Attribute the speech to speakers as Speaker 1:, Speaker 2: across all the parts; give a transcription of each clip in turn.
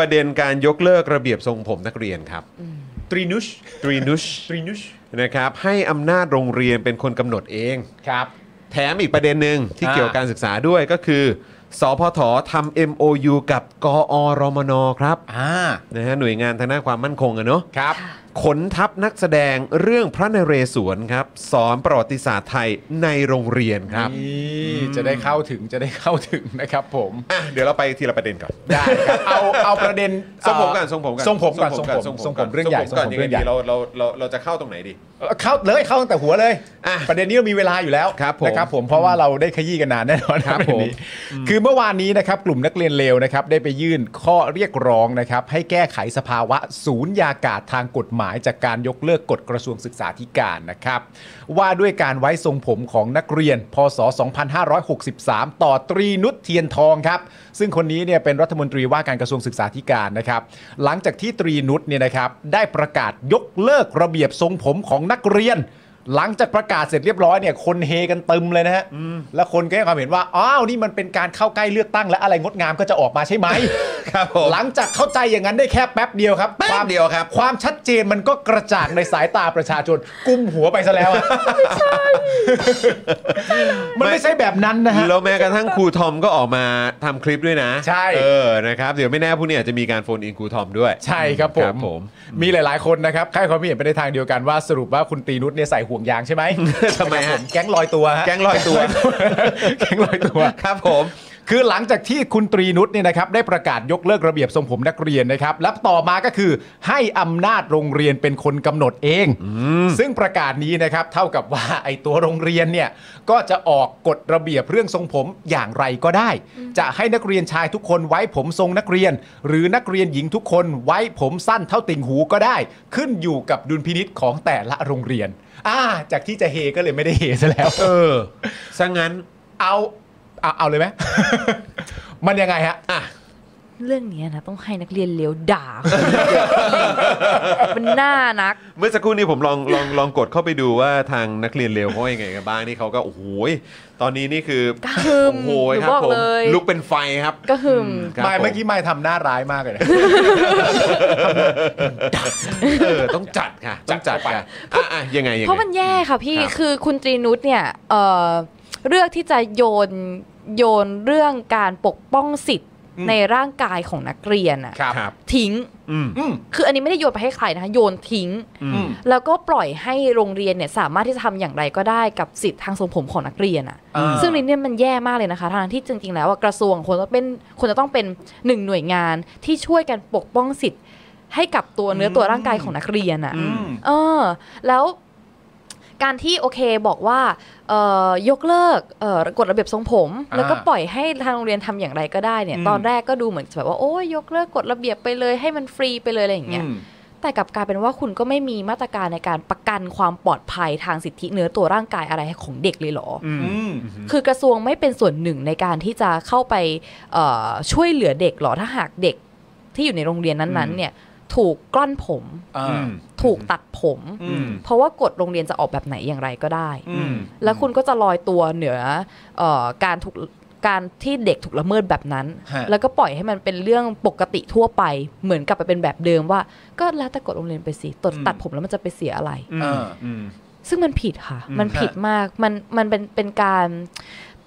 Speaker 1: ประเด็นการยกเลิกระเบียบทรงผมนักเรียนครับ
Speaker 2: ตรีนุช
Speaker 1: ตรีนุช
Speaker 2: ตรีนุช
Speaker 1: นะครับให้อำนาจโรงเรียนเป็นคนกำหนดเอง
Speaker 2: ครับ
Speaker 1: แถมอีกประเด็นหนึ่งที่
Speaker 2: อ่า
Speaker 1: เกี่ยวกับการศึกษาด้วยก็คือสพททำ MOU กับกอรมนครับ
Speaker 2: อ่า
Speaker 1: นะฮะหน่วยงานทางด้านความมั่นคงอะเนาะ
Speaker 2: ครับ
Speaker 1: ขนทัพนักแสดงเรื่องพระนเรศวรครับ สอนประวัติศาสตร์ไทยในโรงเรียนครับ
Speaker 2: นี่จะได้เข้าถึงจะได้เข้าถึงนะครับผม
Speaker 1: อ่ะเดี๋ยวเราไปทีละประเด็นก่อน
Speaker 2: ได้ครับเอาเอาประเด็น
Speaker 1: ทรงผมก่อนทรงผมก่อน
Speaker 2: ทรงผมก่อนทรงผมทรงผมเรื่องใหญ่
Speaker 1: ก่อนยังไง
Speaker 2: เรื่องใหญ่
Speaker 1: ดีเราเราเราเราจะเข้าตรงไหนดี
Speaker 2: เออเข้าเลยเข้าตั้งแต่หัวเลย
Speaker 1: อ่ะ
Speaker 2: ประเด็นนี้เรามีเวลาอยู่แล้ว
Speaker 1: ครับผม
Speaker 2: นะครับผมเพราะว่าเราได้ขยี้กันนานแน่นอน
Speaker 1: ครับ
Speaker 2: ปะเด็นนี้คือเมื่อวานนี้นะครับกลุ่มนักเรียนเลวนะครับได้ไปยื่นข้อเรียกร้องนะครับให้แก้ไขสภาวะศูนย์ยากาศทางกฎหมาย จากการยกเลิกกฎกระทรวงศึกษาธิการนะครับว่าด้วยการไว้ทรงผมของนักเรียน พศ 2563 ต่อตรีนุชเทียนทองครับ ซึ่งคนนี้เนี่ยเป็นรัฐมนตรีว่าการกระทรวงศึกษาธิการนะครับ หลังจากที่ตรีนุชเนี่ยนะครับได้ประกาศยกเลิกระเบียบทรงผมของนักเรียน หลังจากประกาศเสร็จเรียบร้อยเนี่ยคนเฮกันตึมเลยนะฮะแล้วคนก็ให้ความเห็นว่าอ้าวนี่มันเป็นการเข้าใกล้เลือกตั้งและอะไรงดงามก็จะออกมาใช่ไหม
Speaker 1: ครับผม
Speaker 2: หลังจากเข้าใจอย่างนั้นได้แค่แป๊บเดียวครับ
Speaker 1: แป๊บ
Speaker 2: วาม
Speaker 1: เดียวครับ
Speaker 2: ความชัดเจนมันก็กระจ่างในสายตาประชาชน กุมหัวไปซะแล้วอะมันไม่ใช่แบบนั้นนะฮะ
Speaker 1: แล้วแม้กระทั่งครูทอมก็ออกมาทำคลิปด้วยนะ
Speaker 2: ใช่
Speaker 1: เออนะครับเดี๋ยวไม่แน่พวกนี้อาจจะมีการโฟนอินครูทอมด้วย
Speaker 2: ใช่ครับผม
Speaker 1: ครับผม
Speaker 2: มีหลาย ๆ คนนะครับให้ความเห็นไปในทางเดียวกันว่าสรุปว่าคุณตรีนุชเนี่ยใส่ห่วงยางใช่ไหม
Speaker 1: ทำไม
Speaker 2: ผ
Speaker 1: ฮะ
Speaker 2: มแก๊งลอยตัวฮะ
Speaker 1: แก๊งลอยตัว
Speaker 2: แก๊งลอยตัว
Speaker 1: ครับผม
Speaker 2: คือหลังจากที่คุณตรีนุชเนี่ยนะครับได้ประกาศยกเลิกระเบียบทรงผมนักเรียนนะครับและต่อมาก็คือให้อำนาจโรงเรียนเป็นคนกำหนดเอง ซึ่งประกาศนี้นะครับเท่ากับว่าไอตัวโรงเรียนเนี่ยก็จะออกกฎระเบียบเรื่องทรงผมอย่างไรก็ได้ จะให้นักเรียนชายทุกคนไว้ผมทรงนักเรียน หรือนักเรียนหญิงทุกคนไว้ผมสั้นเท่าติ่งหูก็ได้ ขึ้นอยู่กับดุลพินิษของแต่ละโรงเรียนอ่าจากที่จะเฮก็เลยไม่ได้เฮซะแล้ว
Speaker 1: เออซะงั้น
Speaker 2: เอาเอาเอาเลยไหม มันยังไงฮะ
Speaker 1: อ่ะ
Speaker 3: เรื่องเนี้ยนะต้องให้นักเรียนเลี้ยวด่าคนเยอะมันน่านัก
Speaker 1: เมื่อสักครู่นี้ผมลองลองลองกดเข้าไปดูว่าทางนักเรียนเลวเขาว่ายังไงกันบ้างนี่เขาก็โอ้โหยตอนนี้นี่คือก
Speaker 3: ระหึ่ม
Speaker 1: โอ้โหยครับ
Speaker 3: หนูบอก
Speaker 1: ผม
Speaker 3: เลย
Speaker 1: ลุกเป็นไฟครับ
Speaker 3: ก็หึม
Speaker 1: ครับ
Speaker 2: ไม่
Speaker 1: ผ
Speaker 2: เมื่อกี้ไม่ทำหน้าร้ายมากเลยนะ
Speaker 1: เออต้องจัดค่ะต้องจัดค่ะอ่ะอ่ะยังไงยัง
Speaker 3: เพราะ
Speaker 1: ไง
Speaker 3: มันแย่ค่ะพี่
Speaker 1: ครับ
Speaker 3: คือคุณตรีนุชเนี่ยเอ่อเลือกที่จะโยนโยนเรื่องการปกป้องสิทธิ์
Speaker 2: อืม
Speaker 3: ในร่างกายของนักเรียนอะ
Speaker 2: ครับ
Speaker 1: ครับ
Speaker 3: ทิ้ง
Speaker 1: อืม
Speaker 2: อืม
Speaker 3: คืออันนี้ไม่ได้โยนไปให้ใครนะคะโยนทิ้ง
Speaker 1: อื
Speaker 2: อื
Speaker 1: ม
Speaker 2: ม
Speaker 3: แล้วก็ปล่อยให้โรงเรียนเนี่ยสามารถที่จะทำอย่างไรก็ได้กับสิทธิ์ทางทรงผมของนักเรียนอ่ะ
Speaker 2: อ่า
Speaker 3: ซึ่งในเนี่ยมันแย่มากเลยนะคะทางที่จริง ๆ แล้วอะกระทรวงควรจะเป็นควรจะต้องเป็นหนึ่งหน่วยงานที่ช่วยกันปกป้องสิทธิ์ ให้กับตัวเนื้อตัวร่างกายของนักเรียนอ่ะ
Speaker 2: อืม
Speaker 3: เออ แล้วการที่โอเคบอกว่าเอ่อยกเลิกเอ่อกฎระเบียบทรงผม
Speaker 2: อ่า
Speaker 3: แล้วก็ปล่อยให้ทางโรงเรียนทำอย่างไรก็ได้เนี่ย
Speaker 2: อืม
Speaker 3: ตอนแรกก็ดูเหมือนแบบว่าโอ้ยยกเลิกกฎระเบียบไปเลยให้มันฟรีไปเลยอะไรอย่างเงี้ย
Speaker 2: อืม
Speaker 3: แต่กลับกลายเป็นว่าคุณก็ไม่มีมาตรการในการประกันความปลอดภัยทางสิทธิเนื้อตัวร่างกายอะไรของเด็กเลยเหรออ
Speaker 1: อืม
Speaker 2: อืม
Speaker 3: คือกระทรวงไม่เป็นส่วนหนึ่งในการที่จะเข้าไปเอ่อช่วยเหลือเด็กเหรอถ้าหากเด็กที่อยู่ในโรงเรียนนั้น
Speaker 2: อืม
Speaker 3: ๆเนี่ยถูกกล้อนผม
Speaker 2: อ่า
Speaker 1: อืม
Speaker 3: ถูกตัดผม
Speaker 2: อืม
Speaker 3: เพราะว่ากฎโรงเรียนจะออกแบบไหนอย่างไรก็ได้
Speaker 2: อืม
Speaker 3: แล้วคุณก็จะลอยตัวเหนือเออการถูกการที่เด็กถูกละเมิดแบบนั้น
Speaker 2: ฮะ
Speaker 3: แล้วก็ปล่อยให้มันเป็นเรื่องปกติทั่วไป เหมือนกลับไปเป็นแบบเดิมว่า ก็แล้วแต่กฎโรงเรียนไปสิตดตัดผมแล้วมันจะไปเสียอะไร
Speaker 2: อ่า
Speaker 1: อืม
Speaker 3: ซึ่งมันผิดค่ะ
Speaker 1: อืม
Speaker 3: มันผิดมาก มันมันเป็นเป็นการ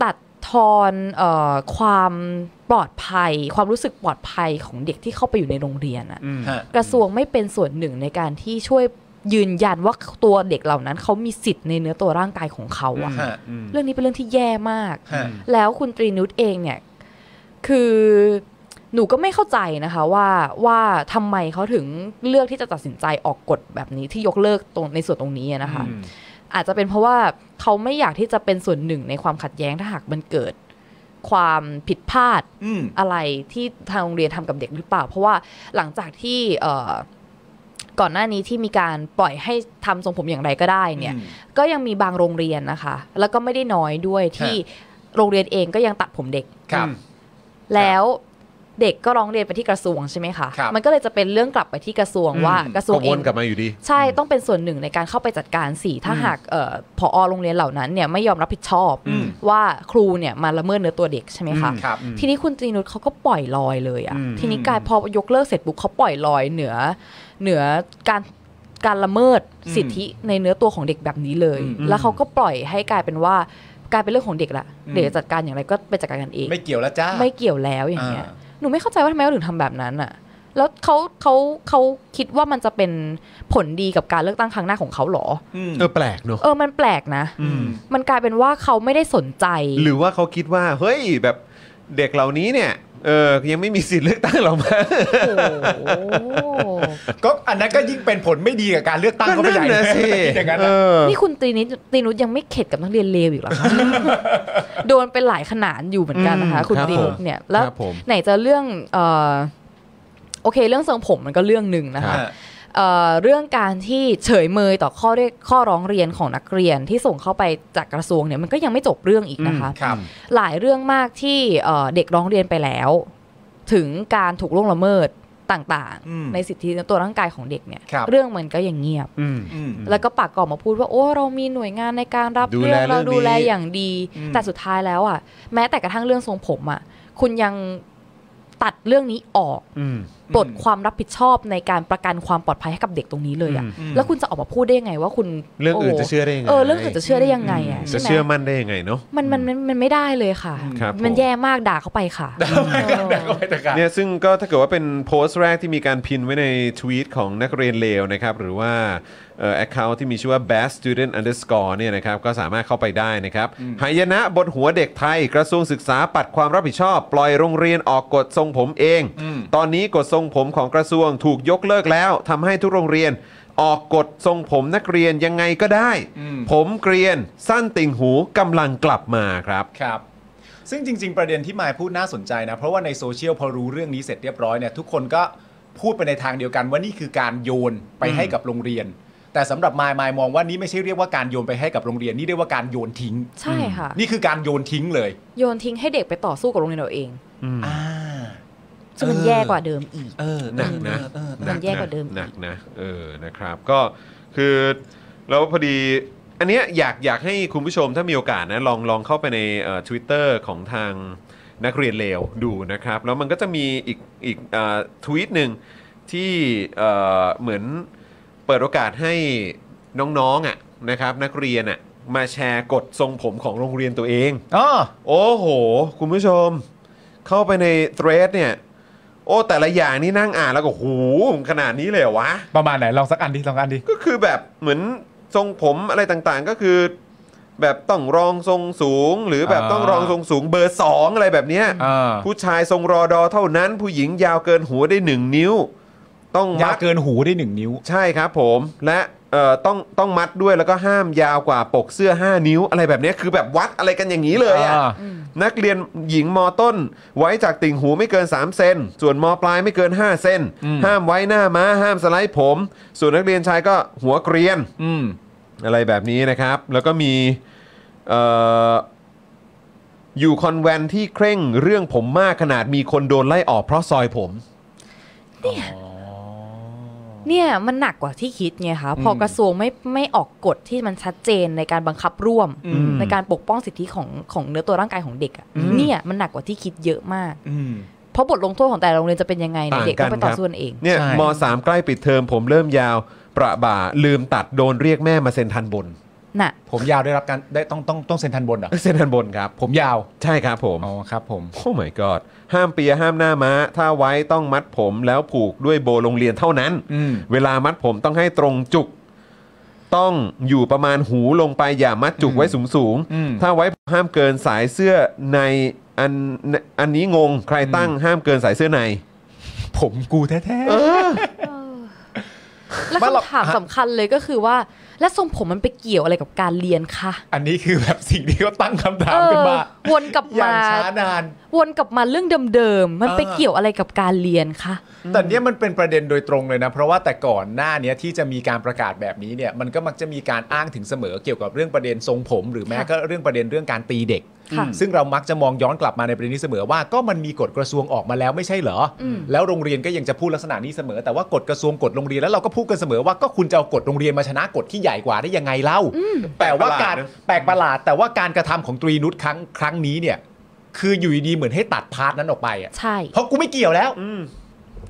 Speaker 3: ตัดทอนเออความปลอดภัย ความรู้สึกปลอดภัยของเด็กที่เข้าไปอยู่ในโรงเรียนอะ
Speaker 1: อืม
Speaker 2: ฮะ
Speaker 3: กระทรวงไม่เป็นส่วนหนึ่งในการที่ช่วยยืนยันว่าตัวเด็กเหล่านั้นเขามีสิทธิ์ในเนื้อตัวร่างกายของเขาอะ
Speaker 2: ฮะ
Speaker 3: เรื่องนี้เป็นเรื่องที่แย่มาก
Speaker 2: ฮะ
Speaker 3: แล้วคุณตรีนุชเองเนี่ย คือหนูก็ไม่เข้าใจนะคะว่าว่าทำไมเขาถึงเลือกที่จะตัดสินใจออกกฎแบบนี้ที่ยกเลิกตรงในส่วนตรงนี้อะนะคะ
Speaker 2: อืม
Speaker 3: อาจจะเป็นเพราะว่าเขาไม่อยากที่จะเป็นส่วนหนึ่งในความขัดแย้งถ้าหากมันเกิด ความผิดพลาด
Speaker 2: อืม
Speaker 3: อะไรที่ทางโรงเรียนทำกับเด็กหรือเปล่า เพราะว่าหลังจากที่เอ่อก่อนหน้านี้ที่มีการปล่อยให้ทำทรงผมอย่างไรก็ได้เนี่ย
Speaker 2: อืม
Speaker 3: ก็ยังมีบางโรงเรียนนะคะ แล้วก็ไม่ได้น้อยด้วยที่โรงเรียนเองก็ยังตัดผมเด็ก
Speaker 2: ครับ
Speaker 3: แล้ว เด็กก็ร้องเรียนไปที่กระทรวงใช่ไหมคะ
Speaker 2: ครับ
Speaker 3: มันก็เลยจะเป็นเรื่องกลับไปที่กระทรวง
Speaker 2: อืม
Speaker 3: ว่ากระทรว
Speaker 1: ก็
Speaker 3: งเอ
Speaker 1: วน
Speaker 3: ง
Speaker 1: กลับมาอยู่ดี
Speaker 3: ใช่ต้องเป็นส่วนหนึ่งในการเข้าไปจัดการสิถ้าหากเอ่อผอโรงเรียนเหล่านั้นเนี่ยไม่ยอมรับผิดชอบ
Speaker 2: อืม
Speaker 3: ว่าครูเนี่ยมาละเมิดเนื้อตัวเด็กใช่ไหมคะ
Speaker 2: ครับ
Speaker 3: ทีนี้คุณตรีนุชเขาก็ปล่อยลอยเลยอะ่ะ
Speaker 1: อืม
Speaker 3: ทีนี้กลายพอยกเลิกเสร็จปุ๊บเขาปล่อยลอยเหนือ เหนือการการละเมิด
Speaker 2: อืม
Speaker 3: สิทธิในเนื้อตัวของเด็กแบบนี้เลย
Speaker 2: อืม
Speaker 3: แล้วเขาก็ปล่อยให้กลายเป็นว่ากลายเป็นเรื่องของเด็กละ
Speaker 2: อืม
Speaker 3: เด็กจะจัดการอย่างไรก็ไปจัดการกันเอง
Speaker 2: ไม่เกี่ยวแล้วจ้า
Speaker 3: ไม่เกี่ยวแล้วอย่างเงี้ย หนูไม่เข้าใจว่าทำไมเขาถึงทำแบบนั้นอ่ะ แล้วเขาเขาเขาคิดว่ามันจะเป็นผลดีกับการเลือกตั้งครั้งหน้าของเขาเหรอ
Speaker 1: เออแปลกเนอะ
Speaker 3: เออ มันแปลกนะ มันกลายเป็นว่าเขาไม่ได้สนใจ
Speaker 1: หรือว่าเขาคิดว่า เฮ้ยแบบเด็กเหล่านี้เนี่ยเออยังไม่มีสิทธิ์เลือกตั้งหรอกมั้ง
Speaker 3: โอ้โห
Speaker 2: ก็อันนั้นก็ยิ่งเป็นผลไม่ดีกับการเลือกตั้ง
Speaker 1: ก็
Speaker 2: เข้าไป
Speaker 1: นั่
Speaker 2: ใหญ่
Speaker 1: นนะสิ
Speaker 2: อย่างนั้น
Speaker 1: เอ
Speaker 2: น่ะ
Speaker 1: อ
Speaker 3: นี่คุณตรีนิดตรีนุชยังไม่เข็ดกับนักเรียนเลวอีกเหรอคะ โดนเป็นหลายขนานอยู่เหมือนกันนะคะ
Speaker 1: อืม
Speaker 3: คุณ
Speaker 1: ครับ
Speaker 3: ตรี
Speaker 1: ผ
Speaker 3: นุช
Speaker 1: ม
Speaker 3: เนี่ย แล้ว
Speaker 1: ครับผม
Speaker 3: ไหนจะเรื่องเอ่อโอเค เรื่องทรงผมมันก็เรื่องหนึ่งนะคะ
Speaker 2: อ่า
Speaker 3: เอ่อเรื่องการที่เฉยเมยต่อข้อเรียกข้อร้องเรียนของนักเรียนที่ส่งเข้าไปจากกระทรวงเนี่ยมันก็ยังไม่จบเรื่องอีกนะคะ
Speaker 2: ครับ
Speaker 3: หลายเรื่องมากที่เอ่อเด็กร้องเรียนไปแล้ว ถึงการถูกล่วงละเมิดต่าง
Speaker 2: อืม
Speaker 3: ๆ ในสิทธิในตัวร่างกายของเด็กเนี่ย
Speaker 2: ครับ
Speaker 3: เรื่องมันก็ยังเงียบ
Speaker 1: อืม
Speaker 2: อืม
Speaker 3: แล้วก็ปากกออกมาพูดว่าโอ้เรามีหน่วยงานในการรับ
Speaker 1: ดูแล
Speaker 3: เรื่อง
Speaker 1: เรื่
Speaker 3: เรา
Speaker 1: องนี้
Speaker 3: ดูแลอย่างดี
Speaker 2: อืม
Speaker 3: แต่สุดท้ายแล้วอ่ะแม้แต่กระทั่งเรื่องทรงผมอ่ะคุณยังตัดเรื่องนี้ออก
Speaker 1: อืม
Speaker 3: ปลดความรับผิดชอบในการประกันความปลอดภัยให้กับเด็กตรงนี้เลยอะ
Speaker 1: อืม
Speaker 3: แล้วคุณจะออกมาพูดได้ยังไงว่าคุณ
Speaker 1: เรื่องอื่นจะ
Speaker 3: โ
Speaker 1: เชื่อได้ยังไง
Speaker 3: เออเรื่องอื่นจะเชื่อได้ยังไงอะ
Speaker 1: จะ
Speaker 3: ใช่ไหม
Speaker 1: เชื่อมั่นได้ยังไงเนาะ
Speaker 3: มันมันมันมันไม่ได้เลยค่ะ
Speaker 1: ครับผม
Speaker 3: มันแย่มากด่าเขาไปค่ะ
Speaker 2: ก็ ไปแต่การ
Speaker 1: เนี่ยซึ่งก็ถ้าเกิดว่าเป็นโพสต์แรกที่มีการพินไว้ในทวีตของนักเรียนเลวนะครับ หรือว่าเอ่อ account ที่มีชื่อว่า best student underscore เนี่ยนะครับ ก็สามารถเข้าไปได้นะครับหายนะบนหัวเด็กไทย กระทรวงศึกษาปัดความรับผิดชอบ ปล่อยโรงเรียนออกกฎทรงผมเอง
Speaker 2: อืม
Speaker 1: ตอนนี้กฎทรงผมของกระทรวงถูกยกเลิกแล้วทำให้ทุกโรงเรียน ออกกฎทรงผมนักเรียนยังไงก็ได้ ผมเกรียนสั้นติ่งหูกำลังกลับมาครับ
Speaker 2: ครับ ซึ่งจริง ๆ ประเด็นที่มายพูดน่าสนใจนะ เพราะว่าในโซเชียลพอรู้เรื่องนี้เสร็จเรียบร้อยเนี่ยทุกคนก็พูดไปในทางเดียวกันว่านี่คือการโยนไปให้กับโรงเรียน แต่สำหรับมายมายมองว่านี่ไม่ใช่เรียกว่าการโยนไปให้กับโรงเรียน นี่เรียกว่าการโยนทิ้ง
Speaker 3: ใช่ค่ะ
Speaker 2: นี่คือการโยนทิ้งเลย
Speaker 3: โยนทิ้งให้เด็กไปต่อสู้กับโรงเรียนเราเอง
Speaker 2: อ่า
Speaker 3: ซึ่งมันแย่กว่าเดิมอีก
Speaker 2: เออ
Speaker 1: หนักนะ
Speaker 2: เออเออ
Speaker 1: ห
Speaker 3: มันแย่กว่าเดิมอีก
Speaker 1: หนักนะ เออ นะครับ ก็คือแล้วพอดี อันเนี้ยอยากอยากให้คุณผู้ชมถ้ามีโอกาสนะ ลองลองเข้าไปในเอ่อ Twitter ของทางนักเรียนเลวดูนะครับ แล้วมันก็จะมีอีกอีกเอ่อทวีตหนึ่งที่เอ่อเหมือนเปิดโอกาสให้น้องๆอ่ะนะครับ นักเรียนอ่ะมาแชร์กฎทรงผมของโรงเรียนตัวเอง
Speaker 2: อ๋อ
Speaker 1: โอ้โห คุณผู้ชม เข้าไปในเทรดเนี่ย โอ้ แต่ละอย่างนี่นั่งอ่านแล้วก็หูขนาดนี้เลยเหรอวะ
Speaker 2: ประมาณไหนลองสักอันดิลองอันดิ
Speaker 1: ก็คือแบบเหมือนทรงผมอะไรต่างๆ ก็คือ แบบต้องรองทรงสูง หรือแบบ
Speaker 2: อ่า
Speaker 1: ต้องรองทรงสูงเบอร์สองอะไรแบบเนี้ย
Speaker 2: อ่า
Speaker 1: ผู้ชายทรงรอดอเท่านั้น ผู้หญิงยาวเกินหัวได้หนึ่งนิ้ว ต้อง
Speaker 2: ยา
Speaker 1: มั
Speaker 2: ว
Speaker 1: ด
Speaker 2: เกินหูได้หนึ่งนิ้ว
Speaker 1: ใช่ครับผมและเอ่อต้องต้องมัดด้วยแล้วก็ห้ามยาวกว่าปกเสื้อ 5 นิ้ว อะไรแบบเนี้ยคือแบบวัดอะไรกันอย่างนี้เลยอะ นักเรียนหญิงมต้น ไว้จากติ่งหูไม่เกิน 3 เซน ส่วนมปลายไม่เกิน 5 เซน
Speaker 2: อืม
Speaker 1: ห้ามไว้หน้าม้า ห้ามสไลด์ผม ส่วนนักเรียนชายก็หัวเกรียน
Speaker 2: อืม
Speaker 1: อะไรแบบนี้นะครับ แล้วก็มีเอ่ออยู่คอนแวนที่เคร่งเรื่องผมมากขนาดมีคนโดนไล่ออกเพราะซอยผม
Speaker 3: เนี่ยมันหนักกว่าที่คิดไงคะพออ
Speaker 2: ม
Speaker 3: กระทรวงไม่ไม่ออกกฎที่มันชัดเจนในการบังคับร่วม
Speaker 2: อืม
Speaker 3: ในการปกป้องสิทธิของของเนื้อตัวร่างกายของเด็กอะเนี่ยมันหนักกว่าที่คิดเยอะมาก
Speaker 2: อืม
Speaker 3: เพราะบทลงโทษของแต่ละโรงเรียนจะเป็นยังไงเนี่
Speaker 1: ต่า
Speaker 3: ย
Speaker 1: ง
Speaker 3: เด็ก
Speaker 1: กั
Speaker 3: ก็
Speaker 1: น
Speaker 3: ไปต่อ
Speaker 1: ครับ
Speaker 3: สู้กันเอง
Speaker 1: เนี่ย
Speaker 2: ใช่
Speaker 1: มสามใกล้ปิดเทอมผมเริ่มยาว ประบ่าลืมตัดโดนเรียกแม่มาเซ็นทันบน
Speaker 3: น่ะ
Speaker 2: ผมยาวได้รับการได้ต้องต้องต้องเซ็นทันบนเหรอ
Speaker 1: เซ็นทันบนครับ
Speaker 2: ผมยาว
Speaker 1: ใช่ครับผม
Speaker 2: อ๋อครับผม
Speaker 1: โอ้ my god ห้ามเปียห้ามหน้าม้า ถ้าไว้ต้องมัดผมแล้วผูกด้วยโบโรงเรียนเท่านั้น
Speaker 2: อืม
Speaker 1: เวลามัดผมต้องให้ตรงจุก ต้องอยู่ประมาณหูลงไปอย่ามัดจุก
Speaker 2: อืม
Speaker 1: ไว้สูงสูงๆ
Speaker 2: อืม
Speaker 1: ถ้าไว้ผมห้ามเกินสายเสื้อในอันอันนี้งงใครตั้ง
Speaker 2: อืม
Speaker 1: ห้ามเกินสายเสื้อใน
Speaker 2: ผมกูแท้
Speaker 3: แล้ว
Speaker 2: ว่าเรา
Speaker 3: คำถามสำคัญเลยก็คือว่า และทรงผมมันไปเกี่ยวอะไรกับการเรียนคะ
Speaker 2: ๆ อันนี้คือแบบสิ่งที่เขาตั้งคำถา
Speaker 3: เอ
Speaker 2: ม
Speaker 3: อ
Speaker 2: ขึ้นมา
Speaker 3: วนกลับ
Speaker 2: อย่าม
Speaker 3: าง
Speaker 2: ช้านาน
Speaker 3: วนกลับมาเรื่องเดิมๆ มันไป
Speaker 2: อ่า
Speaker 3: เกี่ยวอะไรกับการเรียนคะ
Speaker 2: แต่เนี่ยมันเป็นประเด็นโดยตรงเลยนะ เพราะว่าแต่ก่อนหน้าเนี้ยที่จะมีการประกาศแบบนี้เนี่ยมันก็มักจะมีการอ้างถึงเสมอเกี่ยวกับเรื่องประเด็นทรงผม หรือแม้
Speaker 3: ค่ะ
Speaker 2: ก็เรื่องประเด็นเรื่องการตีเด็ก
Speaker 3: ค่ะ
Speaker 2: ซึ่งเรามักจะมองย้อนกลับมาในประเด็นนี้เสมอว่าก็มันมีกฎกระทรวงออกมาแล้วไม่ใช่เหรออ
Speaker 3: ม
Speaker 2: แล้วโรงเรียนก็ยังจะพูดลักษณะนี้เสมอ แต่ว่ากฎกระทรวงกฎโรงเรียนแล้วเราก็พูดกันเสมอว่าก็คุณจะเอากฎโรงเรียนมาชนะกฎที่ใหญ่กว่าได้ยังไงเล่า แต่ว่าการแปลกประหลาด แต่ว่าการกระทำของตรีนุชครั้งครั้งนี้เนี่ย คืออยู่ดีๆเหมือนให้ตัดพาร์ทนั้นออกไปอ่ะ
Speaker 3: ใช่
Speaker 2: เพราะกูไม่เกี่ยวแล้ว
Speaker 1: อืม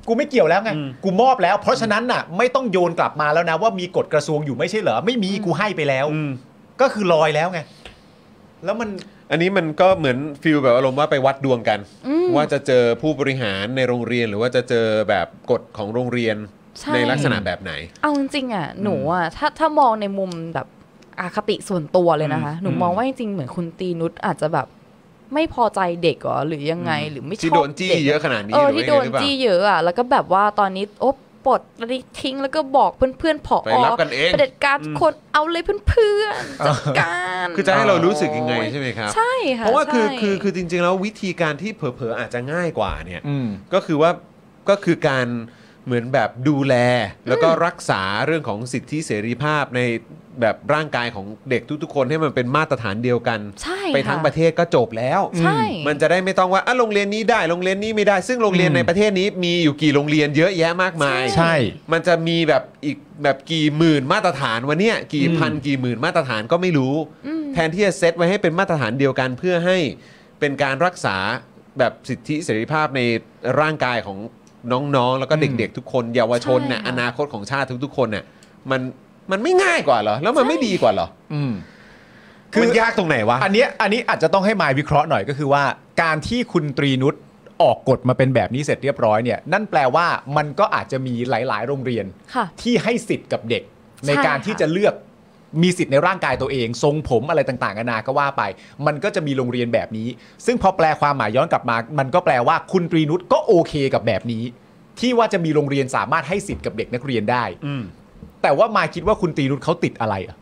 Speaker 2: กูไม่เกี่ยวแล้วไง
Speaker 1: อืม
Speaker 2: กูมอบแล้ว เพราะฉะนั้นน่ะ ไม่ต้องโยนกลับมาแล้วนะว่ามีกฎกระทรวงอยู่ไม่ใช่เหรอ ไม่มีกูให้ไปแล้ว
Speaker 1: อืม
Speaker 2: ก็คือลอยแล้วไง แล้วมัน
Speaker 1: อันนี้มันก็เหมือนฟิลแบบอารมณ์ว่าไปวัดดวงกัน
Speaker 3: อืม
Speaker 1: ว่าจะเจอผู้บริหารในโรงเรียน หรือว่าจะเจอแบบกฎของโรงเรียน
Speaker 3: ใช่
Speaker 1: ในลักษณะแบบไหน
Speaker 3: เอาจริงๆอ่ะหนูอ่ะถ้าถ้ามองในมุมแบบอคติส่วนตัวเลยนะคะ หนู
Speaker 2: อืม
Speaker 3: มองว่าจริงๆเหมือนคุณตีนุชอาจจะแบบไม่พอใจเด็กเหรอหรือยังไงหรือไม่ชอบ
Speaker 1: ที่โดนจี้
Speaker 3: เด็ก
Speaker 1: เยอะขนาดนี้
Speaker 3: เออ
Speaker 1: หรื
Speaker 3: ที่
Speaker 1: ว่า
Speaker 3: โด
Speaker 1: ยังไงห
Speaker 3: น
Speaker 1: รือเปล่า
Speaker 3: จี้เยอะอ่ะแล้วก็แบบว่าตอนนี้โอ๊ะปลดแล้วนี่ทิ้งแล้วก็บอกเพื่อนๆผอ
Speaker 1: ไปรับกันเอง
Speaker 3: ประเด็จการทุกคนเอาเลยเพื่อนๆจัดการ
Speaker 1: คือจะให้เรารู้สึกยังไงใช่ไหมครับ
Speaker 3: ใช่ค่ะ
Speaker 1: เพราะว่าคือ
Speaker 3: ใช่
Speaker 1: คือคือจริง ๆ แล้ววิธีการที่เผลอๆอาจจะง่ายกว่าเนี่ย
Speaker 2: อืม
Speaker 1: ก็คือว่าก็คือการเหมือนแบบดูแล แล้วก็รักษาเรื่องของสิทธิเสรีภาพในแบบร่างกายของเด็กทุกๆ คนให้มันเป็นมาตรฐานเดียวกัน
Speaker 3: ใช่
Speaker 1: ไปทั้ง
Speaker 3: ค่
Speaker 1: ประเทศก็จบแล้ว
Speaker 3: ใช่
Speaker 1: มันจะได้ไม่ต้องว่าอ่ะโรงเรียนนี้ได้โรงเรียนนี้ไม่ได้ ซึ่งโรงเรียน
Speaker 2: อืม
Speaker 1: ในประเทศนี้มีอยู่กี่โรงเรียนเยอะแยะมากมาย
Speaker 2: ใช่
Speaker 1: มันจะมีแบบอีกแบบกี่หมื่นมาตรฐานวันเนี้ยกี่
Speaker 2: อืม
Speaker 1: พันกี่หมื่นมาตรฐานก็ไม่รู้
Speaker 3: อืม
Speaker 1: แทนที่จะเซตไว้ให้เป็นมาตรฐานเดียวกันเพื่อให้เป็นการรักษาแบบสิทธิเสรีภาพในร่างกายของน้องๆ แล้วก็เด็กๆ ทุกคนเยาวชนน่ะอ
Speaker 3: ใช่ค่ะ
Speaker 1: นาคตของชาติทุกๆคนน่ะมันมันไม่ง่ายกว่าเหรอแล้วมันไม่ดีกว่าเหรอ
Speaker 2: อืม คื
Speaker 1: คือ
Speaker 2: อ
Speaker 1: มันยากตรงไหนวะ
Speaker 2: อันเนี้ยอันนี้อาจจะต้องให้มายวิเคราะห์หน่อยก็คือว่า การที่คุณตรีนุชออกกฎมาเป็นแบบนี้เสร็จเรียบร้อยเนี่ย นั่นแปลว่ามันก็อาจจะมีหลาย ๆ โรงเรียน
Speaker 3: ค่ะ
Speaker 2: ที่ให้สิทธิ์กับเด็ก
Speaker 3: ใช่
Speaker 2: ในการที่
Speaker 3: ค่ะ
Speaker 2: จะเลือกมีสิทธิ์ในร่างกายตัวเอง ทรงผมอะไรต่างๆนานาก็ว่าไป มันก็จะมีโรงเรียนแบบนี้ ซึ่งพอแปลความหมายย้อนกลับมา มันก็แปลว่าคุณตรีนุชก็โอเคกับแบบนี้ ที่ว่าจะมีโรงเรียนสามารถให้สิทธิ์กับเด็กนักเรียนได้ แต่ว่ามายคิดว่าคุณตรีนุชเขาติดอะไรอะ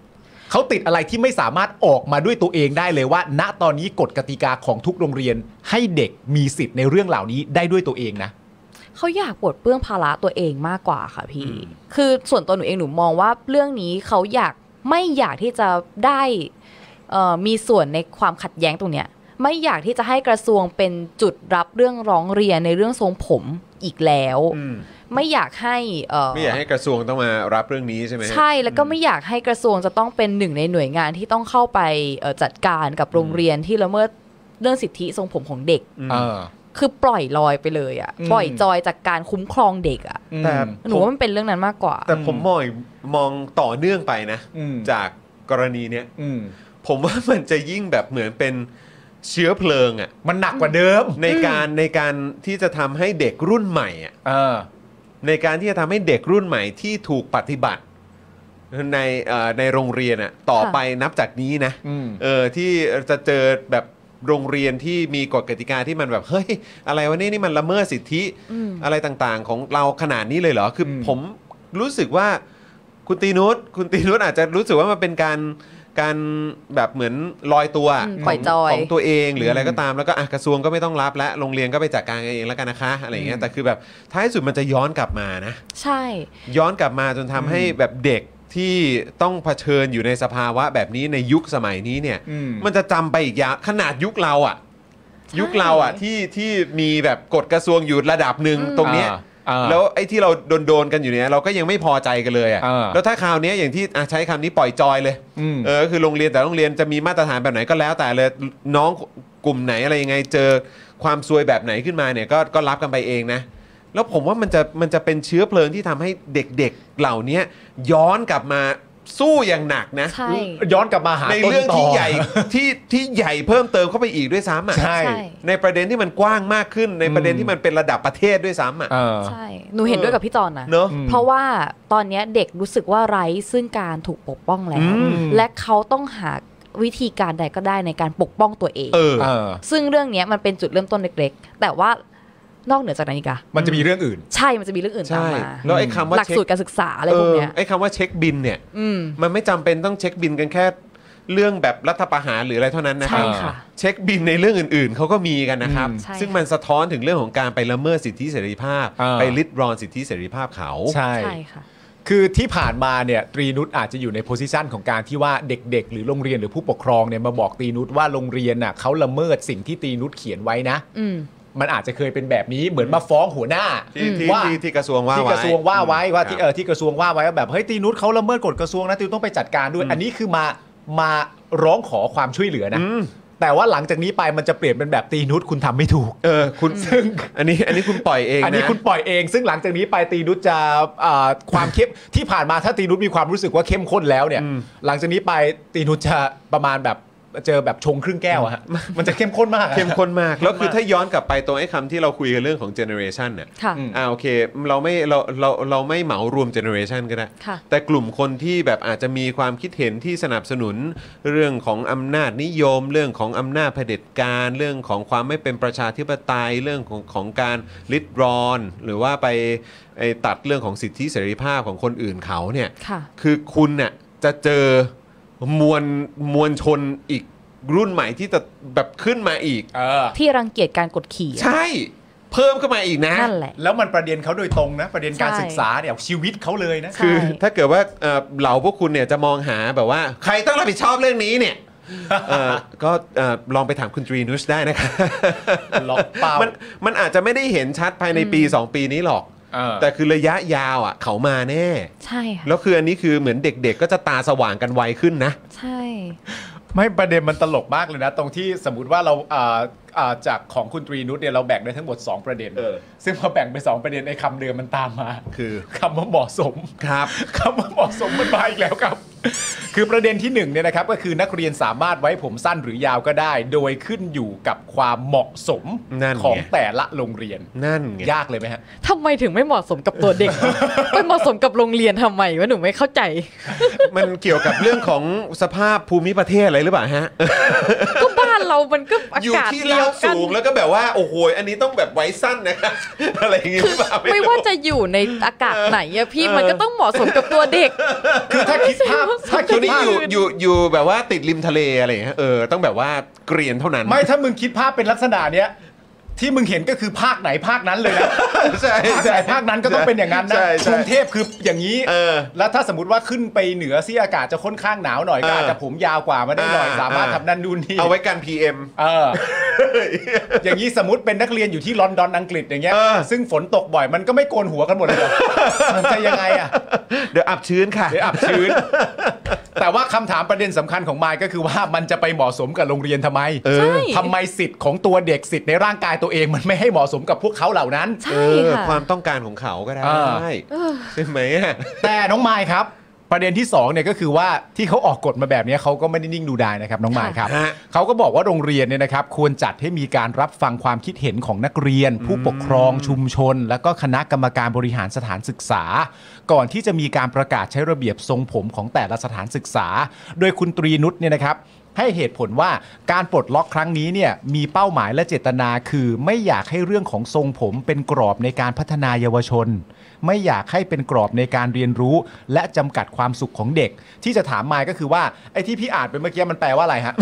Speaker 2: เขาติดอะไรที่ไม่สามารถออกมาด้วยตัวเองได้เลยว่า ณตอนนี้กฎกติกาของทุกโรงเรียน ให้เด็กมีสิทธิ์ในเรื่องเหล่านี้ได้ด้วยตัวเองนะ
Speaker 3: เขาอยากปลดเปลื้องภาระตัวเองมากกว่าค่ะพี่ คือส่วนตัวหนูเองหนูมองว่าเรื่องนี้เขาอยากไม่อยากที่จะได้เอ่อมีส่วนในความขัดแย้งตรงเนี้ย ไม่อยากที่จะให้กระทรวงเป็นจุดรับเรื่องร้องเรียนในเรื่องทรงผมอีกแล้ว
Speaker 1: อืม
Speaker 3: ไม่อยากให้เอ่อ
Speaker 1: ไม่อยากให้กระทรวงต้องมารับเรื่องนี้ใช่ไหมฮะ
Speaker 3: ใช่แล้วก็ไม่อยากให้กระทรวงจะต้องเป็นหนึ่งในหน่วยงานที่ต้องเข้าไปเอ่อจัดการกับโรงเรียนที่ละเมิดเรื่องสิทธิทรงผมของเด็ก
Speaker 1: อืม
Speaker 2: เออ
Speaker 3: คือปล่อยลอยไปเลยอะ่ะ
Speaker 2: อืม
Speaker 3: ปล่อยจอยจากการคุ้มครองเด็กอะ่ะ
Speaker 2: อืม
Speaker 1: แต่
Speaker 3: หนูว่ามันเป็นเรื่องนั้นมากกว่า
Speaker 1: แต่ผมมองอีกมองต่อเนื่องไปนะ
Speaker 2: อืม
Speaker 1: จากกรณีเนี้ย
Speaker 2: อืม
Speaker 1: ผมว่ามันจะยิ่งแบบเหมือนเป็นเชื้อเพลิงอ่ะ
Speaker 2: มันหนักกว่าเดิม
Speaker 1: ในการในการที่จะทำให้เด็กรุ่นใหม่อะ
Speaker 2: เออ
Speaker 1: ในการที่จะทำให้เด็กรุ่นใหม่ที่ถูกปฏิบัติ ในเอ่อในโรงเรียนอะต่อไปนับจากนี้นะ
Speaker 2: อืม
Speaker 1: เออที่จะเจอแบบโรงเรียนที่มีกฎกติกาที่มันแบบเฮ้ยอะไรวะเนี่ยนี่มันละเมิดสิทธิ
Speaker 3: อืม
Speaker 1: อะไรต่างๆ ของเราขนาดนี้เลยเหรอคืออ
Speaker 2: ม
Speaker 1: ผมรู้สึกว่าคุณตีนุชคุณตีนุชอาจจะรู้สึกว่ามันเป็นการการแบบเหมือนลอยตัว
Speaker 3: อืม
Speaker 1: ข
Speaker 3: ป
Speaker 1: อ
Speaker 3: ล่อย
Speaker 1: ง
Speaker 3: จอย
Speaker 1: ของตัวเองหรืออะไรก็ตามแล้วก็อ่ะกระทรวงก็ไม่ต้องรับและโรงเรียนก็ไปจัดการกันเองแล้วกันนะคะอะไรอย่างเงี้ยแต่คือแบบท้ายสุดมันจะย้อนกลับมานะ
Speaker 3: ใช่
Speaker 1: ย้อนกลับมาจนทำให้แบบเด็กที่ต้องเผชิญอยู่ในสภาวะแบบนี้ในยุคสมัยนี้เนี่ย
Speaker 2: อืม
Speaker 1: นจะจำไปอีกยาวขนาดยุคเราอะ่ะ ยุคเราอะ่ะที่ที่มีแบบกฎกระทรวงอยู่ระดับหนึ่ง
Speaker 3: อืม
Speaker 1: ตรงเนี้ย
Speaker 2: อ่า
Speaker 1: แล้วไอ้ที่เราโดนโดนๆกันอยู่เนี่ยเราก็ยังไม่พอใจกันเลยอะ
Speaker 2: อ่า
Speaker 1: แล้วถ้าคราวเนี้ยอย่างที่อ่ะใช้คำนี้ปล่อยจอยเลย
Speaker 2: อืม
Speaker 1: เออคือโรงเรียนแต่โรงเรียนจะมีมาตรฐานแบบไหนก็แล้ว แต่เลยน้องกลุ่มไหนอะไรยังไงเจอความซวยแบบไหนขึ้นมาเนี่ยก็ก็รับกันไปเองนะ แล้วผมว่ามันจะมันจะเป็นเชื้อเพลิงที่ทำให้เด็กๆเหล่านี้ย้อนกลับมาสู้อย่างหนักนะ
Speaker 3: ใช่
Speaker 2: ย้อนกลับมาหา
Speaker 1: ใน
Speaker 2: ต้
Speaker 1: เรื่อง
Speaker 2: ต
Speaker 1: ที่ใหญ่ ที่ที่ใหญ่เพิ่มเติมเข้าไปอีกด้วยซ้ำอ่ะ
Speaker 2: ใช่
Speaker 3: ใช่
Speaker 1: ในประเด็นที่มันกว้างมากขึ้นในประเด็น
Speaker 2: อืม
Speaker 1: ที่มันเป็นระดับประเทศด้วยซ้ำอ่ะ
Speaker 2: เออ
Speaker 3: ใช่ หนูเห็นด้วยกับพี่จอนนะ
Speaker 1: เนอะ
Speaker 2: อืม
Speaker 3: เพราะว่าตอนเนี้ยเด็กรู้สึกว่าไร้ซึ่งการถูกปกป้องแล้
Speaker 1: อื
Speaker 3: ว
Speaker 1: ม
Speaker 3: และเขาต้องหาวิธีการใดก็ได้ในการปกป้องตัวเอง
Speaker 1: เออ
Speaker 2: เออ
Speaker 3: ซึ่งเรื่องเนี้ยมันเป็นจุดเริ่มต้นเล็กๆ แต่ว่านอกเหนือจากนั้นอีกอะ
Speaker 2: มันจะมีเรื่องอื่น
Speaker 3: ใช่มันจะมีเรื่องอื่นตาม
Speaker 1: ใช่
Speaker 3: มา
Speaker 1: แล้วไอ้คำว่า
Speaker 3: หลัก
Speaker 1: เช็ค
Speaker 3: สูตรการศึกษาอะไรพวกเนี้ย
Speaker 1: ไอ้คำว่าเช็คบินเนี่ย
Speaker 3: อืม
Speaker 1: มันไม่จำเป็นต้องเช็คบินกันแค่ เรื่องแบบรัฐประหารหรืออะไรเท่านั้นนะค
Speaker 3: ใช่
Speaker 1: รับ
Speaker 3: ค่ะ
Speaker 1: เช็คบินในเรื่องอื่นๆ เขาก็มีกันนะครับ
Speaker 2: อืม
Speaker 3: ใช่
Speaker 1: ซึ่งมันสะท้อนถึงเรื่องของการไปละเมิดสิทธิเสรีภาพ
Speaker 2: อ่า
Speaker 1: ไปลิดรอนสิทธิเสรีภาพเขา
Speaker 2: ใช่
Speaker 3: ใช่ค่ะ
Speaker 2: คือที่ผ่านมาเนี่ยตรีนุชอาจจะอยู่ในโพสิชันของการที่ว่าเด็กๆ หรือโรงเรียนหรือผู้ปกครองเนี่ยมาบอกตรีนุชว่าโรงเรียนน่ะเขาละเมิดสิ่งที่ตรีนุชเขียนไว้นะ
Speaker 3: อืม
Speaker 2: มันอาจจะเคยเป็นแบบนี้เหมือนมาฟ้องหัวหน้า
Speaker 1: ที่ที่
Speaker 2: ว่า
Speaker 1: ที่ที่กระทรวงว่า
Speaker 2: ที่
Speaker 1: ไว้
Speaker 2: กระทรวงว่าไว้ว่า
Speaker 1: ค
Speaker 2: ที่เอ
Speaker 1: รับ
Speaker 2: อที่กระทรวงว่าไว้ว่าแบบเฮ้ยตรีนุชเขาละเมิดกฎกระทรวงนะตรีนุชต้องไปจัดการด้วย
Speaker 1: อืม
Speaker 2: อันนี้คือมามาร้องขอความช่วยเหลือนะ
Speaker 1: ม
Speaker 2: แต่ว่าหลังจากนี้ไปมันจะเปลี่ยนเป็นแบบตรีนุชคุณทำไม่ถูก
Speaker 1: เออคุณซึ่งอันนี้อันนี้คุณปล่อยเอง
Speaker 2: อันนี้
Speaker 1: ะ
Speaker 2: คุณปล่อยเอง ซึ่งหลังจากนี้ไปตีนุชจะอ่าความเข้ม ที่ผ่านมาถ้าตีนุชมีความรู้สึกว่าเข้มข้นแล้วเนี่ย
Speaker 1: อืม
Speaker 2: หลังจากนี้ไปตีนุชจะประมาณแบบเจอแบบชงครึ่งแก้วอะ ฮะมันจะเข้มข้นมากอะ
Speaker 1: เข้มข้นมาก แล้วคือถ้าย้อนกลับไปตรงไอ้คำที่เราคุยกันเรื่องของเจเนอเรชันเนี่ย
Speaker 3: ค่ะ
Speaker 2: อืม
Speaker 1: อ่าโอเค เราไม่เราเราเราไม่เหมารวมเจเนอเรชันก็ได้
Speaker 3: ค่ะ
Speaker 1: แต่กลุ่มคนที่แบบอาจจะมีความคิดเห็นที่สนับสนุนเรื่องของอำนาจนิยม เรื่องของอำนาจเผด็จการ เรื่องของความไม่เป็นประชาธิปไตยเรื่องของของการลิดรอน หรือว่าไปไอ้ตัดเรื่องของสิทธิเสรีภาพของคนอื่นเขาเนี่ย
Speaker 3: ค่ะ
Speaker 1: คือคุณเนี่ยจะเจอมวลมวลชนอีกรุ่นใหม่ที่จะแบบขึ้นมาอีก
Speaker 2: เออ
Speaker 3: ที่รังเกียจการกดขี่อะ
Speaker 1: ใช่เพิ่มเข้ามาอีกนะ
Speaker 3: นั่นแหละ
Speaker 2: แล้วมันประเด็นเขาโดยตรงนะ ประเด็นการ
Speaker 3: ใช่
Speaker 2: ศึกษาเนี่ยชีวิตเขาเลยนะ
Speaker 3: ใช่
Speaker 1: คือถ้าเกิดว่าเอ่อเหล่าพวกคุณเนี่ยจะมองหาแบบว่า ใครต้องรับผิดชอบเรื่องนี้เนี่ยเอ่อ ก็เอ่อลองไปถามคุณตรีนุชได้นะครับ
Speaker 2: ล็อกเป้ามั
Speaker 1: นมันอาจจะไม่ได้เห็นชัดภายในปี 2 ปีนี้หรอก
Speaker 2: เออ
Speaker 1: แต่คือระยะยาวอ่ะเขามาแน่
Speaker 3: ใช่ค่ะ
Speaker 1: แล้วคืออันนี้คือเหมือนเด็กๆ ก็จะตาสว่างกันไวขึ้นนะ
Speaker 3: ใช่
Speaker 2: ไม่ประเด็นมันตลกมากเลยนะ ตรงที่สมมติว่าเราอ่าอ่าจากของคุณตรีนุชเนี่ยเราแบ่งได้ทั้งหมด 2 ประเด็น
Speaker 1: เออ
Speaker 2: ซึ่งพอแบ่งไป 2 ประเด็นไอ้คำเดิมมันตามมา
Speaker 1: คือ
Speaker 2: คำว่าเหมาะสม
Speaker 1: ครับ
Speaker 2: คำว่าเหมาะสมมันมาอีกแล้วครับ คือประเด็นที่หนึ่งเนี่ยนะครับก็คือนักเรียนสามารถไว้ผมสั้นหรือยาวก็ได้ โดยขึ้นอยู่กับความเหมาะสม
Speaker 1: นั่นไง
Speaker 2: ของแต่ละโรงเรียน
Speaker 1: นั่นไง
Speaker 2: ยากเลยไหมฮะ
Speaker 3: ทำไมถึงไม่เหมาะสมกับตัว เด็ก ไม่เหมาะสมกับโรงเรียนทำไมวะหนูไม่เข้าใจ
Speaker 1: มันเกี่ยวกับเรื่องของสภาพภูมิประเทศอะไรหรือเปล่าฮะ
Speaker 3: ก็บ้านเรามันก็อา
Speaker 1: อยู่
Speaker 3: กาศ
Speaker 1: ที่
Speaker 3: เดี
Speaker 1: รา
Speaker 3: ยว
Speaker 1: บ
Speaker 3: กัน
Speaker 1: สูงแล้วก็แบบว่าโอ้โหอันนี้ต้องแบบไว้สั้นนะครับ อะไรอย่างงี้หรือเปล่า
Speaker 3: ไม่
Speaker 1: รู้
Speaker 3: ว่าจะอยู่ในอากาศไหนอะพี่มันก็ต้องเหมาะสมกับตัวเด็ก
Speaker 2: คือถ้าคิด ภาพถ้า
Speaker 1: คื
Speaker 2: คิ
Speaker 1: อ
Speaker 2: ด
Speaker 1: นี่
Speaker 2: ภาพ
Speaker 1: อยู่อยู่อยู่แบบว่าติดริมทะเลอะไรอย่างเงี้ยเออต้องแบบว่าเกรียนเท่านั้น
Speaker 2: ไม่ถ้ามึงคิดภาพเป็นลักษณะเนี้ยที่มึงเห็นก็คือภาคไหนภาคนั้นเลยนะ
Speaker 1: ใช่
Speaker 2: ภาค
Speaker 1: ใช่
Speaker 2: ไหนภาคนั้นก็ต้องเป็นอย่างนั้นนะ
Speaker 1: ใช่ใช่
Speaker 2: กรุงเทพคืออย่างนี้
Speaker 1: เออ
Speaker 2: แล้วถ้าสมมติว่าขึ้นไปเหนือเสียอากาศจะค่อนข้างหนาวหน่อยก็
Speaker 1: เอออ
Speaker 2: อาจจะผมยาวกว่ามาได้หน่อย
Speaker 1: อ่า
Speaker 2: สามารถ
Speaker 1: อ่า
Speaker 2: ทำนั่นนู่นนี่
Speaker 1: เอาไว้กัน PM
Speaker 2: เออ อย่างนี้สมมติเป็นนักเรียนอยู่ที่ลอนดอนอังกฤษอย่างเงี้ย
Speaker 1: เออ
Speaker 2: ซึ่งฝนตกบ่อยมันก็ไม่โกนหัวกันหมดเลยเหรอ มันจะยังไงอ่ะ
Speaker 1: เดี๋ยวอับชื้นค่ะ
Speaker 2: เดี๋ยวอับชื้น แต่ว่าคำถามประเด็นสำคัญของมายก็คือว่ามันจะไปเหมาะสมกับโรงเรียนทำไม
Speaker 1: เออ
Speaker 3: ใช่
Speaker 2: ทำไมสิทธิ์ของตัวเด็กสิทธิ์ในร่างกายตัวเองมันไม่ให้เหมาะสมกับพวกเขาเหล่านั้น
Speaker 1: เอ
Speaker 3: ใช่
Speaker 1: อ
Speaker 3: ค่ะ
Speaker 1: ความต้องการของเขาก็ได้
Speaker 2: เออ
Speaker 1: ใช่ไหมอะ
Speaker 2: แต่น้องมายครับ ประเด็นที่สองเนี่ยก็คือว่าที่เขาออกกฎมาแบบเนี้ยเขาก็ไม่ได้นิ่งดูดายนะครับน้องมายครับ
Speaker 1: ฮะ
Speaker 2: เขาก็บอกว่าโรงเรียนเนี่ยนะครับควรจัดให้มีการรับฟังความคิดเห็นของนักเรียน ผู้ปกครองชุมชน และก็คณะกรรมการบริหารสถานศึกษา ก่อนที่จะมีการประกาศใช้ระเบียบทรงผมของแต่ละสถานศึกษา โดยคุณตรีนุชเนี่ยนะครับ ให้เหตุผลว่าการปลดล็อกครั้งนี้เนี่ยมีเป้าหมายและเจตนาคือ ไม่อยากให้เรื่องของทรงผมเป็นกรอบในการพัฒนาเยาวชน ไม่อยากให้เป็นกรอบในการเรียนรู้ และจำกัดความสุขของเด็ก ที่จะถามมายก็คือว่าไอ้ที่พี่อ่านไปเมื่อกี้มันแปลว่าอะไรฮะ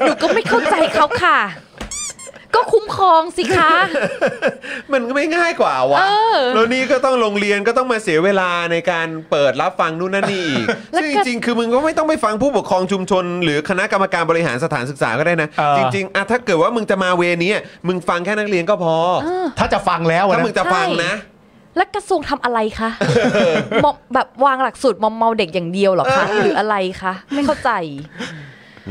Speaker 3: หนูก็ไม่เข้าใจเขาค่ะ ก็คุ้มครองสิคะ
Speaker 1: มันก็ไม่ง่ายกว่าวะ
Speaker 3: เออ
Speaker 1: แล้วนี่ก็ต้องโรงเรียนก็ต้องมาเสียเวลาในการเปิดรับฟังนู่นนั่นนี่อีก
Speaker 3: แล้ว
Speaker 1: ซึ่ง
Speaker 3: ก็
Speaker 1: จริงๆ คือมึงก็ไม่ต้องไปฟังผู้ปกครองชุมชน หรือคณะกรรมการบริหารสถานศึกษาก็ได้นะ
Speaker 2: เออ
Speaker 1: จริงๆอะถ้าเกิดว่ามึงจะมาเวนี้อะมึงฟังแค่นักเรียนก็พอ
Speaker 3: เออ
Speaker 2: ถ้าจะฟังแล้วอะ
Speaker 1: ถ้า
Speaker 2: นะ
Speaker 1: มึงจะฟังนะ
Speaker 3: แล้วกระทรวงทำอะไรคะมอมแบบวางหลักสูตรมอมเมาเด็กอย่างเดียวเหรอคะ หรืออะไรคะ ไม่เข้าใจ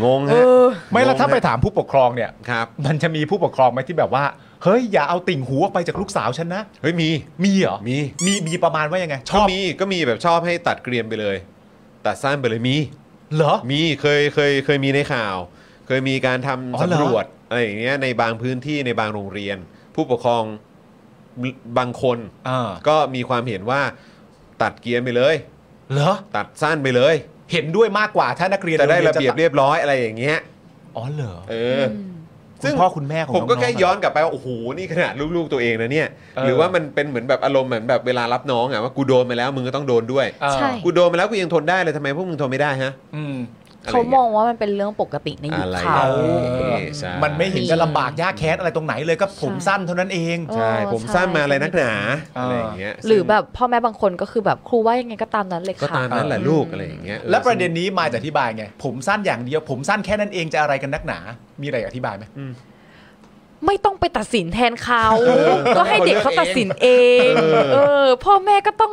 Speaker 1: งง
Speaker 3: เอ
Speaker 1: ฮะ
Speaker 3: อ
Speaker 2: ไม่แล้ว
Speaker 1: งงนะ
Speaker 2: ถ้าไปถามผู้ปกครองเนี่ย
Speaker 1: ครับ
Speaker 2: มันจะมีผู้ปกครองไหมที่แบบว่า เฮ้ยอย่าเอาติ่งหูออกไปจากลูกสาวฉันนะ
Speaker 1: เฮ้ยมี
Speaker 2: มีเหรอ
Speaker 1: มี
Speaker 2: มีมีประมาณว่ายังไง ช
Speaker 1: ก็
Speaker 2: อบ
Speaker 1: มีก็มีแบบชอบให้ตัดเกรียมไปเลย ตัดสั้นไปเลยมี
Speaker 2: เหรอ
Speaker 1: มีเคยเคยเคยมีในข่าว เคยมีการทำ
Speaker 2: อ๋อเหรอ
Speaker 1: สำรวจอะไรอย่างเงี้ยในบางพื้นที่ในบางโรงเรียน ผู้ปกครองบางคน
Speaker 2: อ่า
Speaker 1: ก็มีความเห็นว่าตัดเกรียมไปเลย
Speaker 2: เหรอ
Speaker 1: ตัดสั้นไปเลย
Speaker 2: เห็นด้วยมากกว่าถ้านักเรียน
Speaker 1: จะได้ระเบียบ
Speaker 2: โง
Speaker 1: เรียบร้อยอะไรอย่างเงี้ย
Speaker 2: อ๋อเหรอ
Speaker 1: เอออ ซึ่
Speaker 2: ซึ่
Speaker 1: ง
Speaker 2: งพ่อคุณแม่ของ
Speaker 1: ผมก็
Speaker 2: น้งๆ
Speaker 1: แค่ย้อนะ กลับไปว่าโอ้โหนี่ขนาดลูกๆตัวเองนะเนี่ย
Speaker 2: เออ
Speaker 1: หรือว่ามันเป็นเหมือนแบบอารมณ์เหมือนแบบเวลารับน้องอะว่ากูโดนไปแล้วมึงก็ต้องโดนด้วย
Speaker 2: อ่า
Speaker 3: ใช่
Speaker 1: กูโดนมาแล้วกูยังทนได้เลยทำไมพวกมึงทนไม่ได้ฮะ
Speaker 2: อืม
Speaker 1: อะไร
Speaker 3: เขา
Speaker 1: ย่ง
Speaker 3: ม
Speaker 1: งี้ย
Speaker 3: องว่ามันเป็นเรื่องปกติในยุค
Speaker 1: อะไร
Speaker 3: เขา
Speaker 1: อย่างงี้ใช่
Speaker 2: มันไม่เห็นจะลำบากยากแค้นอะไรตรงไหนเลยก็ผม
Speaker 3: ใช่
Speaker 2: สั้นเท่านั้นเอง
Speaker 1: ใช่ผม
Speaker 3: เออ
Speaker 1: สร้างมาอะไร
Speaker 3: ใช่
Speaker 1: นักหนา
Speaker 2: เอออ
Speaker 1: อะไรอย่างเงี้ย
Speaker 3: หรือแบบพ่อแม่บางคนก็คือแบบครูว่ายังไงก็ตามนั้นเลย
Speaker 1: ก็
Speaker 3: ค่ะ
Speaker 1: ตามนั้นแหละลูก
Speaker 3: อืม
Speaker 1: อะไรอย่างเงี้ยออ
Speaker 2: และประเด็นนี้มาจะอธิบายไง ผมสั้นอย่างเดียว ผมสั้นแค่นั้นเองจะอะไรกันนักหนา มีอะไรอธิบายไหม
Speaker 3: ไม่ต้องไปตัดสินแทนเขา ก็ให้เด็กเขาตัดสินเองเออพ่อแม่ก็ต้อง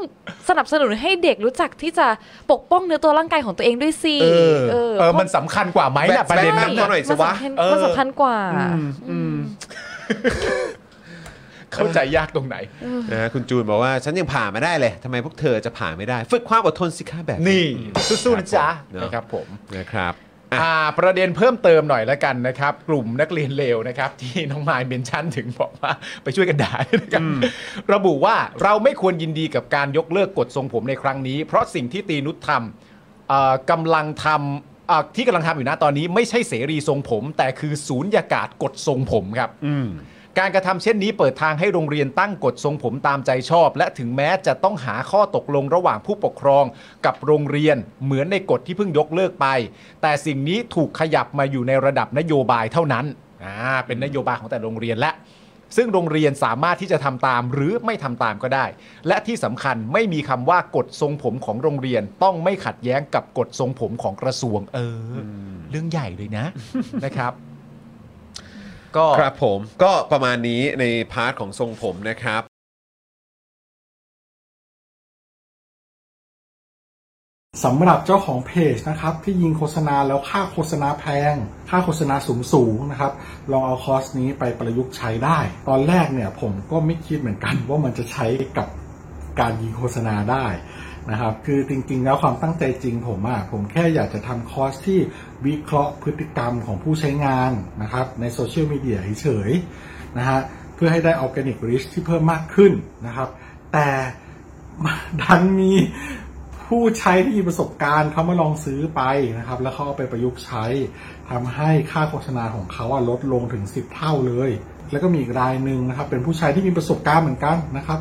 Speaker 3: สนับสนุนให้เด็กรู้จักที่จะปกป้องเนื้อตัวร่างกายของตัวเองด้วยสิเออ
Speaker 2: เออมันสำคัญกว่าไหมล่ะประเด็น
Speaker 3: ใช่
Speaker 2: นั้น
Speaker 1: ำ แบ
Speaker 2: น่ะ
Speaker 1: บ หอยสิวะ
Speaker 3: มันสำคัญ
Speaker 2: เออ
Speaker 3: มันสำคัญกว่า
Speaker 2: เข้าใจยากตรงไหน
Speaker 1: นะคุณจูนบอกว่าฉันยังผ่ามาได้เลยทำไมพวกเธอจะผ่าไม่ได้ ฝึกความอดทนสิคะแบบ
Speaker 2: นี่ สู้
Speaker 1: ครั
Speaker 2: ๆ
Speaker 1: บ
Speaker 2: นะจ๊ะ
Speaker 1: ผมเนอะ
Speaker 2: นะครับผม
Speaker 1: นะครับ
Speaker 2: อ่าประเด็นเพิ่มเติมหน่อยละกันนะครับ กลุ่มนักเรียนเลวนะครับ ที่น้องมายเบนชั่นถึงบอกว่าไปช่วยกันด่านะครับระบุว่าเราไม่ควรยินดีกับการยกเลิกกฎทรงผมในครั้งนี้ เพราะสิ่งที่ตีนุชทำเอ่อกำลังทำเอ่อที่กำลังทำอยู่นะตอนนี้ไม่ใช่เสรีทรงผม แต่คือศูนยากาศกฎทรงผมครับ
Speaker 1: อืม
Speaker 2: การกระทำเช่นนี้เปิดทางให้โรงเรียนตั้งกฎทรงผมตามใจชอบ และถึงแม้จะต้องหาข้อตกลงระหว่างผู้ปกครองกับโรงเรียนเหมือนในกฎที่เพิ่งยกเลิกไป แต่สิ่งนี้ถูกขยับมาอยู่ในระดับนโยบายเท่านั้นอ่าเป็นนโยบายของแต่โรงเรียนและ ซึ่งโรงเรียนสามารถที่จะทำตามหรือไม่ทำตามก็ได้ และที่สำคัญไม่มีคำว่ากฎทรงผมของโรงเรียนต้องไม่ขัดแย้งกับกฎทรงผมของกระทรวง เออ เรื่องใหญ่เลยนะ นะครับ ก็
Speaker 1: ครับผมก็ประมาณนี้ในพาร์ทของทรงผมนะครับ
Speaker 4: สำหรับเจ้าของเพจนะครับที่ยิงโฆษณาแล้วค่าโฆษณาแพง ค่าโฆษณาสูงสูงๆนะครับลองเอาคอร์สนี้ไปประยุกต์ใช้ได้ ตอนแรกเนี่ยผมก็ไม่คิดเหมือนกัน ว่ามันจะใช้กับการยิงโฆษณาได้นะครับคือจริงๆ แล้วความตั้งใจจริงผมอะผมแค่อยากจะทำคอร์สที่วิเคราะห์พฤติกรรมของผู้ใช้งานนะครับในโซเชียลมีเดียเฉยๆนะฮะเพื่อให้ได้ออร์แกนิกริชที่เพิ่มมากขึ้นนะครับ แต่ ดันมี ผู้ใช้ที่มีประสบการณ์เขามาลองซื้อไปนะครับ แล้วเขาเอาไปประยุกต์ใช้ทำให้ค่าโฆษณาของเขาอะลดลงถึง 10 เท่าเลย แล้วก็มีอีกรายหนึ่งนะครับ เป็นผู้ใช้ที่มีประสบการณ์เหมือนกันนะครับ